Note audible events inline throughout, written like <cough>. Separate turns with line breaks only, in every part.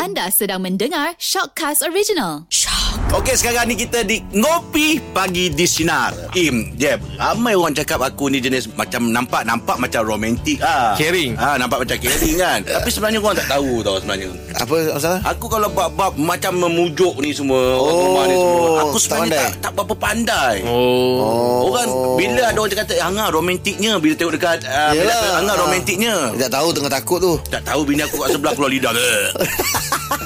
Anda sedang mendengar Shockcast Original.
Okey sekarang ni kita di Ngopi Pagi di Sinar Im, Jeb Ramai orang cakap aku ni jenis Macam nampak-nampak macam romantik ah.
Caring.
ah, Nampak macam caring kan Tapi sebenarnya orang tak tahu tau sebenarnya
Apa masalah?
Aku kalau bab-bab macam memujuk ni semua Orang rumah ni semua Aku
tak
sebenarnya tak,
pandai.
tak, berapa pandai
Oh.
Oh. Orang bila ada orang cakap Angah romantiknya Bila tengok dekat uh, Bila
Yelah.
tengok Angah
Ah.
romantiknya
Dia tak tahu tengah takut tu.
Tak tahu bini aku kat sebelah keluar lidah ke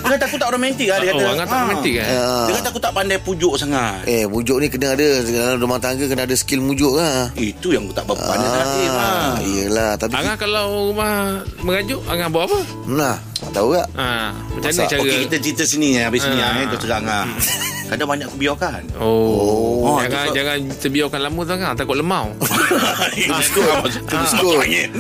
Dia kata aku tak romantik lah Dia kata
Oh, Angah tak
Ah.
romantik kan?
Dia kata aku tak pandai pujuk sangat
Eh, bujuk ni kena ada dalam rumah tangga kena ada skill mujuk lah.
Itu yang aku tak berpan ah. Im,
lah.
ah.
Ah, yelah, tapi
Angah kalau rumah mengajuk, Angah buat apa?
nah, tak lah, tahu tak?
Ha, macam mana
Masak.
cara?
Okey kita cerita sini ya Habis sini
Ah.
ah. eh, Terus terang
<laughs>
ah. Kadang banyak aku biarkan
Oh,
Oh,
jangan
tu-
jangan terbiarkan lama tu Angah, takut lemau.
Biskut <laughs> Ah, Itu biskut angin <laughs>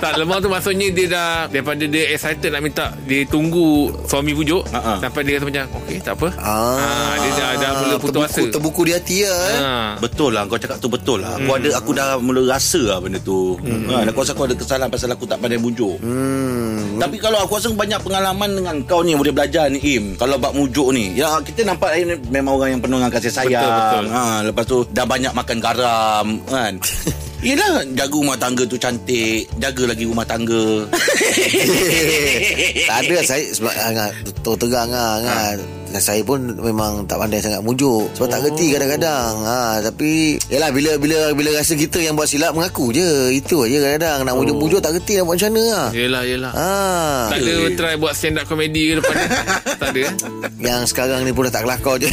tak lemau tu maksudnya dia dah daripada dia excited nak minta, dia tunggu suami pujuk
Ah, ah.
sampai dia kata macam okey, tak apa. Ah, dia dah dah mula putus
terbuku,
asa.
Terbuku di hati lah. Eh.
Ha.
Betul lah Kau cakap tu betul lah
Hmm.
Aku ada Aku dah mula rasa lah benda tu ha, dan Aku rasa aku ada kesalahan Pasal aku tak pandai mujuk
Hmm.
Tapi kalau aku rasa banyak pengalaman dengan kau ni boleh belajar ni Im. Kalau bab mujuk ni. Ya kita nampak Im ni memang orang yang penuh dengan kasih sayang.
Betul, betul.
Ha lepas tu dah banyak makan garam
<laughs>
kan. Yelah Jaga rumah tangga tu cantik Jaga lagi rumah
<laughs>
tangga
tak ada lah, saya sebab Angah tahu tegang ah Angah. Dan saya pun memang tak pandai sangat mujuk sebab tak
Oh.
reti kadang-kadang. Ha tapi yalah bila bila bila rasa kita yang buat silap mengaku je. Itu aje kadang-kadang
Oh.
nak mujuk-mujuk tak reti nak buat macam mana lah.
Yelah, yelah.
Ha
Tak ada try buat stand up comedy ke depan
<laughs>
ni? Tak ada eh?
yang sekarang ni pun dah tak kelakar je.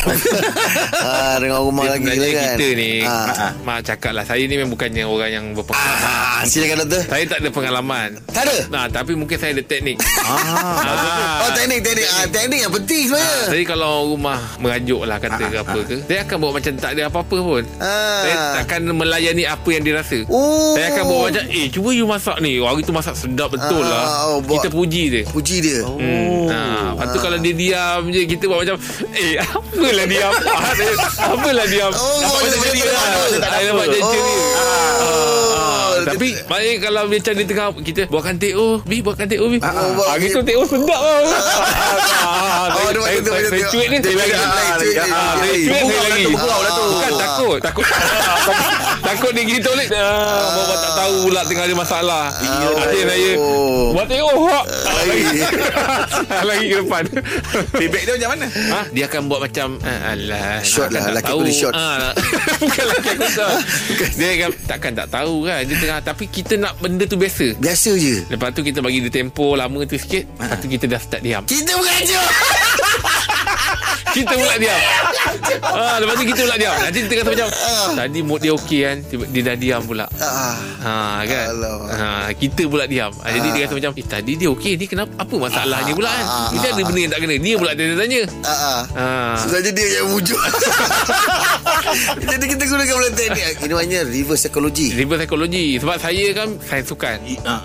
ha dengan rumah lagi lah
Sebenarnya
kan.
kita ni
Ha.
Ah,
Mak cakap lah Saya ni memang bukannya orang yang berpengalaman
Ha.
Ah, silakan doktor.
Saya tak ada pengalaman
Tak ada.
Nah, tapi mungkin saya ada teknik ah,
Oh teknik teknik ah, teknik yang penting sebenarnya.
Jadi kalau rumah merajuk lah kata ke apa ke Saya akan buat macam tak ada apa-apa pun
Ah.
Saya takkan melayani apa yang dia rasa
Oh.
Saya akan buat macam Eh cuba you masak ni Hari tu masak sedap betul
Ah,
lah
oh, buat-
Kita puji dia
puji dia.
Hmm. Ha, lepas tu kalau dia diam je Kita buat macam Eh <laughs> apalah diam Ah, dia- Apalah diam Ah,
Oh,
Nampak
dia
macam
tak
ceria
ada apa.
Nampak
Tak ada
macam
apa.
ceria
Oh.
Ah, Tapi Baik kalau macam dia tengah Kita buatkan TO Bi buatkan oh, TO Bi
buat-
Hari tu TO sedap lah
Ah, Oh,
ah, Saya-
dia buat tu,
saya-
dia
Saya
tengok.
cuit ni
Dia
saya
bagi-
lagi.
dia cuit ni.
Ah, saya
Dia
cuit saya
bergurau
lagi
lah tu, bergurau lah tu.
Bukan takut Takut <laughs> Takut dia gitu ni Ah, Bawa tak tahu pula Tengah ada masalah Akhir saya
Ah, Oh.
Buat tengok Wak. Ah, <laughs> Lagi ke depan
Feedback dia macam mana?
ha? Dia akan buat macam ah, Alah
Short lah,
takkan tak
laki
tahu.
boleh short.
Ah, <laughs> Bukan lelaki aku short Dia akan Takkan tak tahu kan Dia tengah Tapi kita nak benda tu biasa
Biasa je.
Lepas tu kita bagi dia tempo Lama tu sikit Lepas tu kita dah start diam
Kita mengajuk.
Kita pula
<laughs>
diam ha, Lepas tu kita pula diam Nanti dia kata macam Tadi mood dia okey kan Tiba, Dia dah diam pula
Ah.
Ha kan.
Alamak.
Ha kita pula diam. Ha, jadi dia kata macam, "Eh tadi dia okey ni kenapa apa masalahnya pula kan?" Mesti ada benda yang tak kena. Dia pula dia tanya.
Ah. ah.
Ha.
Sebenarnya dia yang wujud Jadi kita gunakan pula teknik Ini namanya reverse psychology
Reverse psikologi Sebab saya kan Sains sukan
ah.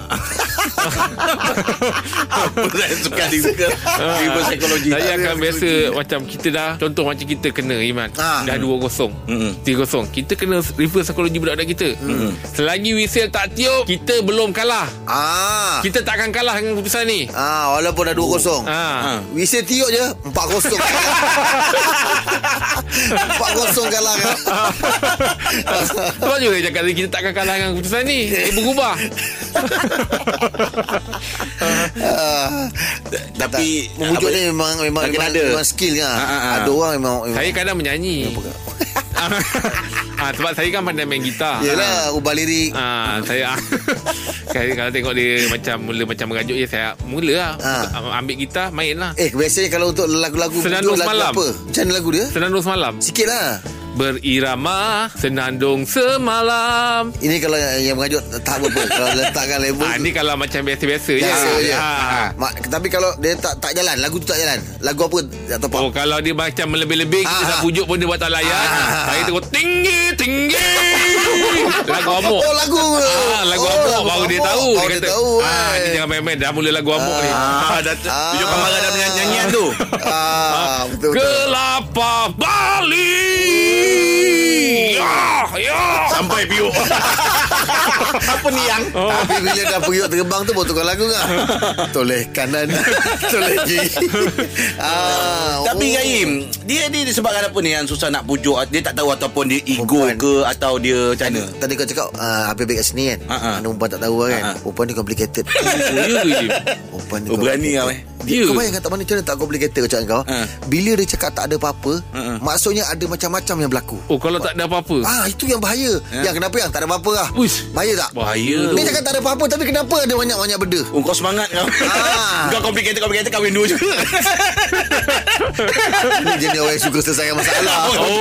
<laughs> Apa lah yang suka juga Tiba psikologi
Saya akan biasa Macam kita dah Contoh macam kita kena Iman
Ah.
Dah dua kosong
Hmm.
Tiga kosong Kita kena reverse psikologi Budak-budak kita
Hmm.
Selagi whistle tak tiup Kita belum kalah
Ah.
Kita tak akan kalah Dengan keputusan ni
Ah, walaupun dah 2-0
Ah.
Ha.
Whistle tiup je 4-0
<laughs>
4-0 kalah kan
Sebab juga dia cakap tadi, Kita takkan kalah dengan keputusan ni Dia
<laughs>
berubah
Ah.
Tapi
Tak, Memujuk
apa-
ni memang memang,
Makin
memang,
ada.
memang skill kan.
Ah, ah, ah.
Ada orang memang, memang
Saya kadang menyanyi <laughs> ha, Sebab saya kan pandai main gitar
Yelah ubah lirik.
Ah, saya <laughs> saya kalau tengok dia macam mula macam merajuk je saya mula lah
Ah.
ambil gitar main lah
Eh biasanya kalau untuk lagu-lagu
Senandung
muncul lagu
semalam.
apa? Macam mana lagu dia?
senandung semalam
Sikit lah
berirama senandung semalam
Ini kalau yang, yang mengajuk Tak apa
<laughs>
Kalau letakkan label
ha,
tu,
ni kalau macam biasa-biasa je
Biasa je
Ha.
Ah. Mak, Tapi kalau dia tak tak jalan Lagu tu tak jalan Lagu apa Tak top up
Oh kalau dia macam melebih-lebih Kita
Ah.
tak pujuk pun dia buat tak layan
Ah.
Saya tengok tinggi tinggi <laughs> Lagu amok
Oh lagu
Ah, lagu
oh,
amok baru dia
amok.
tahu
Baru dia, tahu
ah,
kan.
ni jangan main-main dah mula lagu amok ni.
Ah, dah
Ah.
tunjuk kamera dah dengan nyanyian tu.
Ah, betul, betul. Hmm.
Kelapa Bali. Ayah, ayah.
Sampai piuk Apa ni yang
Tapi bila dah periuk terbang tu Baru tukar lagu kan Toleh kanan <laughs> Toleh
<laughs>
kiri ah,
Tapi oh. Gaim Dia ni disebabkan apa ni Yang susah nak pujuk Dia tak tahu Ataupun dia ego
Perempuan.
ke Atau dia macam mana
Tadi kau cakap ah, Habis baik kat sini kan
Ha, ha.
Mana perempuan tak tahu kan
Ha, ha.
Perempuan ni
<laughs>
complicated
Ya ke Jim?
Perempuan ni
Oh, berani
complicated.
kau, eh?
dia
Dia.
Kau bayangkan tak mana Macam mana tak complicated Macam kau
Ha.
Bila dia cakap tak ada apa-apa
ha.
Maksudnya ada macam-macam yang berlaku
Oh kalau tak ada apa-apa.
Ah itu yang bahaya. Yang kenapa yang tak ada apa-apa lah.
Uish.
Bahaya tak?
Bahaya tu.
Dia cakap tak ada apa-apa tapi kenapa ada banyak-banyak benda?
Oh, kau semangat kau.
Ah.
<laughs> Kau complicated-complicated kahwin dua je.
Ini jenis orang yang suka selesaikan
<laughs>
masalah.
Oh,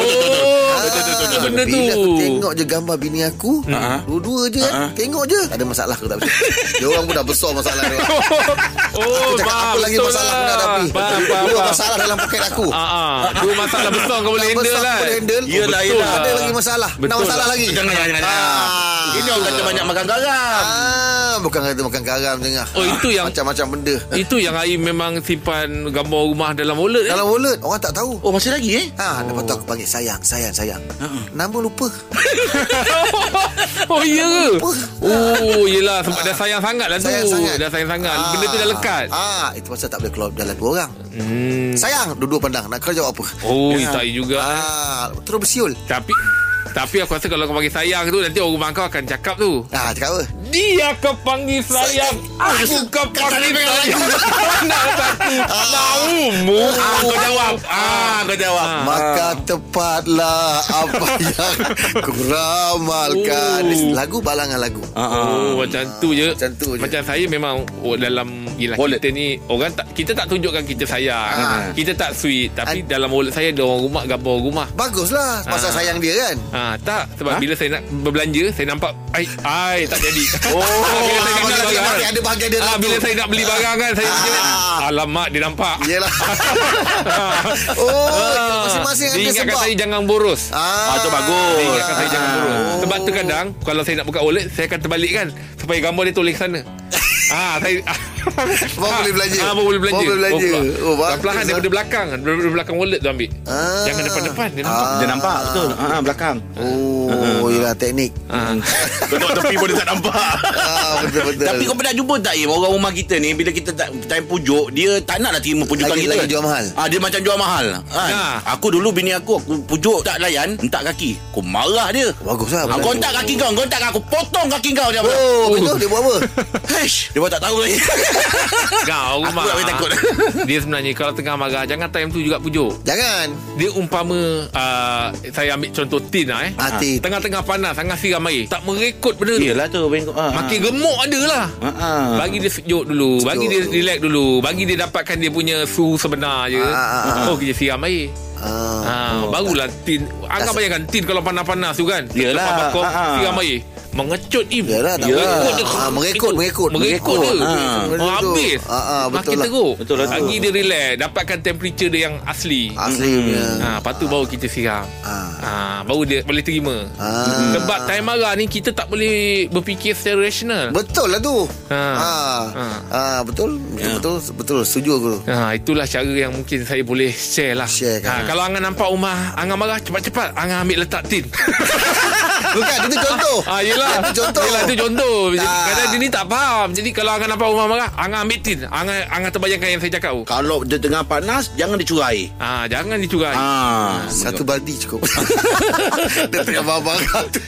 Ah,
Benda tu.
Bila aku tengok je gambar bini aku
Ha.
Dua-dua je kan Tengok je Tak ada masalah aku tak boleh Dia orang pun dah besar masalah
<laughs>
dia orang. Aku
Oh, lah."
cakap apa lagi masalah aku nak hadapi
Faham, faham,
Dua
faham.
masalah dalam poket aku
Ah, ah. Dua masalah besar kau boleh
Dah
handle
besar
lah.
aku boleh handle
Yelah,
betul
yelah.
lah.
Ada lagi masalah Nak
Betul
masalah
lah.
lagi
Jangan, jangan, jangan.
Ah.
Ini orang kata banyak makan garam.
Ah, Bukan kata makan garam tengah
Oh, itu yang-
Macam-macam benda
Itu yang Aim memang simpan gambar rumah dalam wallet eh.
Dalam wallet Orang tak tahu
Oh, masih lagi eh?
Ha, lepas tu aku panggil sayang, sayang, sayang. Nama lupa.
Oh, iya ke?
Lupa.
Oh, yelah sebab dah sayang sangat lah tu.
Sayang sangat.
Dah sayang sangat.
Ah.
Benda tu dah lekat.
Ah, itu pasal tak boleh keluar dalam dua orang.
Hmm.
Sayang, dua-dua pandang. Nak kau jawab apa?
Oh, tak juga.
Ya. Ah, terus bersiul.
Tapi tapi aku rasa kalau kau panggil sayang tu nanti orang rumah kau akan cakap tu.
Ah, cakap apa?
Dia kau panggil sayang
Ah,
Aku kau panggil sayang <laughs> Nak satu
Ah.
Tahu mu
Ah, kau jawab. Ah, kau jawab.
Maka tepatlah
<laughs>
apa yang kuramalkan.
Oh.
Lagu balangan lagu.
Ah,
Oh macam tu je
Ah. Macam tu je.
Macam saya memang oh, Dalam Yelah
Wallet.
kita ni Orang tak Kita tak tunjukkan kita sayang
Ah.
Kita tak sweet Tapi
Ah.
dalam wallet saya Ada orang rumah Gambar orang rumah
Baguslah pasal
Ah.
sayang dia kan.
Ah tak sebab bila saya nak berbelanja saya nampak ai ai tak
<laughs>
jadi. <laughs> Oh bila saya nak
Ah, maksudnya
barang.
masih ada bahagian dia
ah,
dalam
bila
tu.
saya nak beli barang kan saya punya
Ah.
alamak dia nampak. <laughs> Ah.
Yelah. oh, masing-masing
dia
ada
ingatkan
sebab.
Ah. saya jangan boros.
Ah, tu bagus.
Dia ingatkan Kan saya jangan
Ah.
boros.
Oh.
Sebab tu kadang kalau saya nak buka wallet saya akan terbalik kan supaya gambar dia tulis
<laughs>
sana. Ah, saya <laughs>
Baru boleh belanja.
Ah, baru boleh belanja.
Baru boleh belanja. Oh,
Oh,
bagus,
Pelan-pelan
ah.
daripada belakang, daripada belakang wallet tu ambil.
Ah.
Jangan depan-depan dia nampak.
Dia nampak betul. Ah, belakang.
Oh, yelah teknik.
Ah.
Tengok tepi pun dia tak nampak.
Ah,
<laughs>
betul-betul.
Tapi kau pernah jumpa tak Im Orang rumah kita ni Bila kita tak, time pujuk Dia tak nak lah terima pujukan
Lagi-
kita
lagi jual mahal.
ah, Dia macam jual mahal kan?
Nah.
Aku dulu bini aku Aku pujuk tak layan Hentak kaki Aku marah dia
Baguslah.
ah, Kau hentak kaki kau Kau hentak aku Potong kaki kau dia marah.
Oh, betul dia buat apa?
Hish, Dia pun tak tahu <laughs> lagi
Kau rumah
tak boleh takut.
Dia sebenarnya Kalau tengah marah Jangan time tu juga pujuk
Jangan.
Dia umpama uh, Saya ambil contoh tin lah eh
Ah, Ya. tin.
Tengah-tengah panas Sangat siram air Tak merekod benda tu
Yelah tu bengkok ah,
Makin gemuk ada lah
ah.
Bagi dia sejuk dulu Bagi dia
Sejuk.
relax dulu Bagi dia dapatkan dia punya Suhu sebenar je
Ah, ah, ah.
Oh dia siram air
Ah.
ha, Barulah tin Angkat
Dah-
bayangkan Tin kalau panas-panas tu kan
Yelah,
Lepas bakar
ah, ah.
Siram air Mengecut im
Yalah tak
Yelah.
apa.
dia.
Ah, merekod,
Itu.
merekod.
Merekod dia
Ah,
ha.
benda
oh,
tu.
Habis
Ah, ah, betul
Makin
lah.
teruk
Betul lah tu.
Bagi dia relax Dapatkan temperature dia yang asli
Ah.
Asli punya.
Ha, lepas tu baru kita siram. Ha.
Ah.
baru dia boleh terima.
Ah.
Sebab time marah ni kita tak boleh berfikir secara rasional.
Betul lah tu.
Ha.
Ah.
Ha.
Ah, betul. Betul, betul, betul. Setuju aku tu.
Ha, itulah cara yang mungkin saya boleh share lah.
Share
ha,
kan.
kalau Angan nampak rumah, Angan marah cepat-cepat, Angan ambil letak
<laughs>
tin.
Bukan, itu contoh.
Ah.
ha, yelah.
Itu contoh.
Yelah, itu contoh. Jadi,
Ah.
kadang dia ni tak faham. Jadi kalau Angan nampak rumah marah, Angan ambil tin. Angan, Angan terbayangkan yang saya cakap tu.
Kalau dia tengah panas Jangan dicurai
Ha, jangan dicurai.
Ah,
Satu baldi
<laughs>
cukup Dia tengah barang-barang tu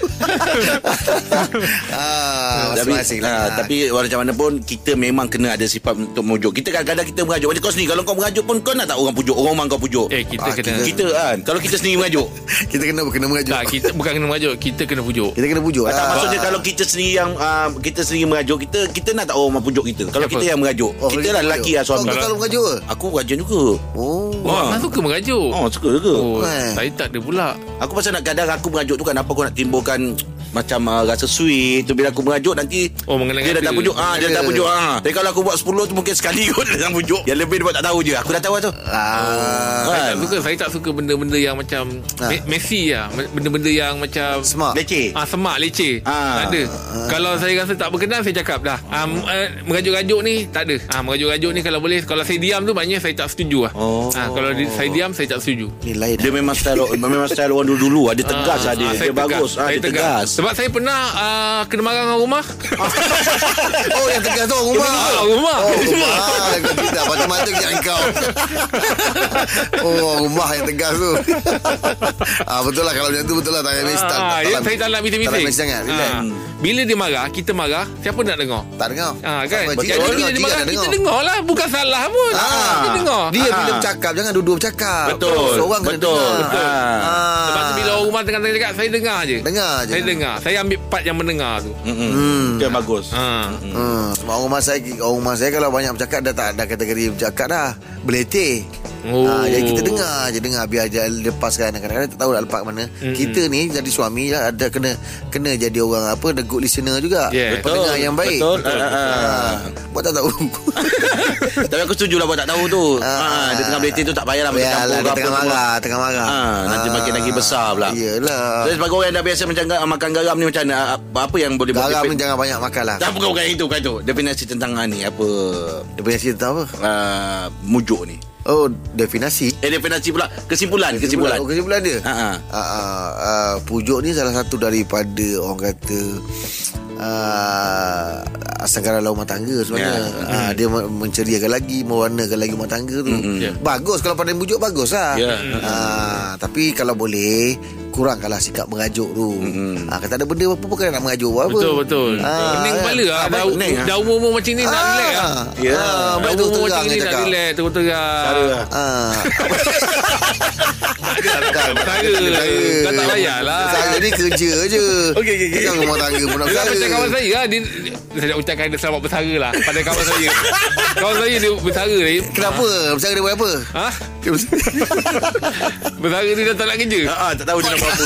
ah,
tapi,
Masing-masing
ah,
lah
tapi macam mana pun Kita memang kena ada sifat Untuk memujuk Kita kadang-kadang kita merajuk Macam kau sendiri Kalau kau merajuk pun Kau nak tak orang pujuk Orang rumah kau pujuk
Eh, kita
Ah,
kena...
Kita kan Kalau kita sendiri
<laughs>
merajuk
Kita kena kena mengajuk <laughs>
Tak, kita bukan kena merajuk. Kita kena pujuk.
Kita kena pujuk
Tak
lah
maksudnya kalau kita sendiri yang uh, kita sendiri merajuk kita kita nak tak orang pujuk kita. Kalau
Siapa?
kita yang merajuk.
Oh,
kita lah lelaki lah
Oh,
suami.
kau selalu mengajuk ke?
Aku rajin juga.
Oh
Oh, Angan suka merajuk.
Oh, suka ke?
Oh,
Eh.
saya tak ada pula.
Aku pasal nak kadang aku merajuk tu kan apa aku nak timbulkan macam uh, rasa sweet tu bila aku merajuk nanti
Oh, mengenang
dia dah
kata.
tak pujuk ah ha, dia dah
Ya.
tak pujuk ah. Ha. Tapi kalau aku buat 10 tu mungkin sekali <laughs> kot dia dah pujuk. Yang lebih dia buat tak tahu je. Aku dah tahu lah tu.
Saya
Ah,
Kan?
tak suka Saya tak suka benda-benda yang macam
Ah.
me- Messi lah Benda-benda yang macam
Smart
Leceh.
Ah semak leceh.
Ah.
Tak ada. Kalau saya rasa tak berkenan saya cakap dah. Ah m- eh, merajuk-rajuk ni tak ada. Ah merajuk-rajuk ni kalau boleh kalau saya diam tu maknanya saya tak setuju lah.
Oh.
Ah kalau di, saya diam saya tak setuju.
Ni lain
Dia memang style memang style orang dulu-dulu ah. Dia tegas ah, dia.
saya
Dia bagus ah
Saya
dia tegas.
Sebab saya pernah ah, kena marah dengan rumah.
Oh yang tegas tu rumah
Rumah. rumah.
Oh rumah Kau tidak mata-mata kejap kau Oh rumah yang tegas tu ah, Betul lah kalau macam tu Betul lah Tak payah
Ah,
mesti tak- tak-
ya,
tak-
saya tak nak bising-bising.
Tak nak bising sangat relax.
Ah, Bila dia marah, kita marah, siapa nak dengar?
Tak dengar
Ah kan.
Sama,
Jadi
jiran
bila
dengar,
dia
jiran
marah,
dah
kita dengar lah. Bukan salah pun. Ah, kita dengar.
Dia
Ah.
bila bercakap Jangan dua-dua bercakap
Betul.
Seorang kena
Betul.
dengar
Betul.
Ah.
Sebab tu bila orang rumah tengah-tengah cakap, saya dengar je.
Dengar je
Saya dengar. Saya ambil part yang mendengar tu.
Hmm. Dia bagus.
Ah.
Hmm, sebab orang rumah saya orang rumah saya kalau banyak bercakap dah tak ada kategori bercakap dah. Beletih.
Oh.
Ha, jadi kita dengar je dengar biar dia lepaskan kadang-kadang tak tahu nak lepas ke mana.
Hmm,
Mm-hmm. Kita ni jadi suami lah, ada kena kena jadi orang apa the good listener juga.
Yeah.
Pendengar yang baik.
Betul. Ah, ah, ah.
Buat tak tahu.
Tapi aku setuju lah buat tak tahu tu.
Ah.
<laughs> Ah, dia tengah belating tu tak payahlah macam
Yalah,
campur
dia
apa
tengah
semua.
marah, tengah marah.
Ah, nanti makin lagi besar pula.
Iyalah.
Jadi sebagai orang yang dah biasa macam ga- makan garam ni macam mana? Apa- apa yang boleh buat?
Garam
dia-
ni jangan banyak makan lah.
Tak bukan bukan itu bukan itu. Definisi tentang ah, ni apa
Definasi tentang apa?
uh, mujuk ni.
Oh, definasi.
Eh definisi pula kesimpulan kesimpulan.
Oh, kesimpulan dia.
Ha, ha.
Ha, ha, ha, pujuk ni salah satu daripada orang kata uh, sangkaran laut rumah tangga sebenarnya.
Ya.
Yeah. Ha, dia men- menceriakan lagi, mewarnakan lagi rumah tangga tu. Mm-hmm.
Hmm. Ya.
Yeah. Bagus kalau pandai pujuk bagus lah.
Ya.
Ha, tapi kalau boleh kurangkanlah sikap merajuk tu. Mm-hmm. Ha, kata ada benda apa pun kan nak merajuk buat apa.
Hmm, Betul betul.
Ah,
Pening
kan?
kepala lah.
Ah,
Dah,
baik pening,
dah umur-umur macam ni nak
Ah.
relax lah.
Ya.
Dah
Baik tu
umur-umur macam
terang
ni
dia
nak
cakap.
relax lah. terus terang.
Ah,
Cara. <laughs> lah. Kau tak payah lah.
Saya ni kerja je.
Okey, okey, okey.
Bukan rumah tangga pun nak
Dia macam
bersara.
kawan saya lah dia, dia- Saya nak ucapkan dia selamat bersara lah Pada kawan saya Kawan saya dia bersara ni
Kenapa? Bersara dia buat apa?
Ha?
Dia bersara-
Bersara dia dah tak nak kerja
Ha, ha, tak tahu dia nak buat
<laughs>
apa.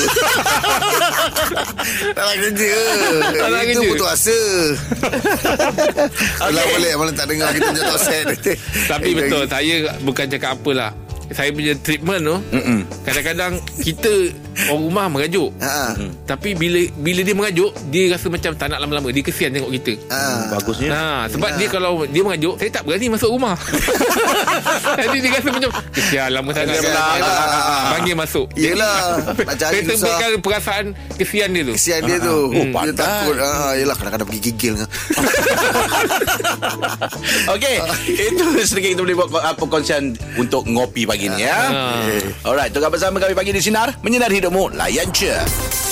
<laughs> Tak nak kerja
Tak nak
Itu
kerja.
putus
<laughs>
asa Kalau boleh Malah tak dengar Kita macam tak set
<laughs> Tapi
Eh,
betul Saya bukan cakap apalah Saya punya treatment tu
Mm-mm.
Kadang-kadang Kita Orang rumah merajuk
Ha
Tapi bila Bila dia merajuk Dia rasa macam tak nak lama-lama Dia kesian tengok kita
Ha
Bagusnya.
Nah, Ha, sebab dia kalau dia mengajuk, saya tak berani masuk rumah. Jadi dia rasa macam, kesian lama
Kan?
sangat.
Kesian lah.
Ha, Panggil masuk. <laughs>
Yelah Nak cari
Saya
susah
terbitkan perasaan kesian dia tu.
Kesian dia
ha.
tu
Hmm,
Oh,
Dia
pandai.
takut ha, Yelah kadang-kadang pergi gigil
<laughs> Okey, itu sedikit kita boleh buat ko- apa kongsian untuk ngopi pagi ni ya.
Ah.
Alright, tengah bersama kami pagi di sinar, menyinar hidupmu layan je.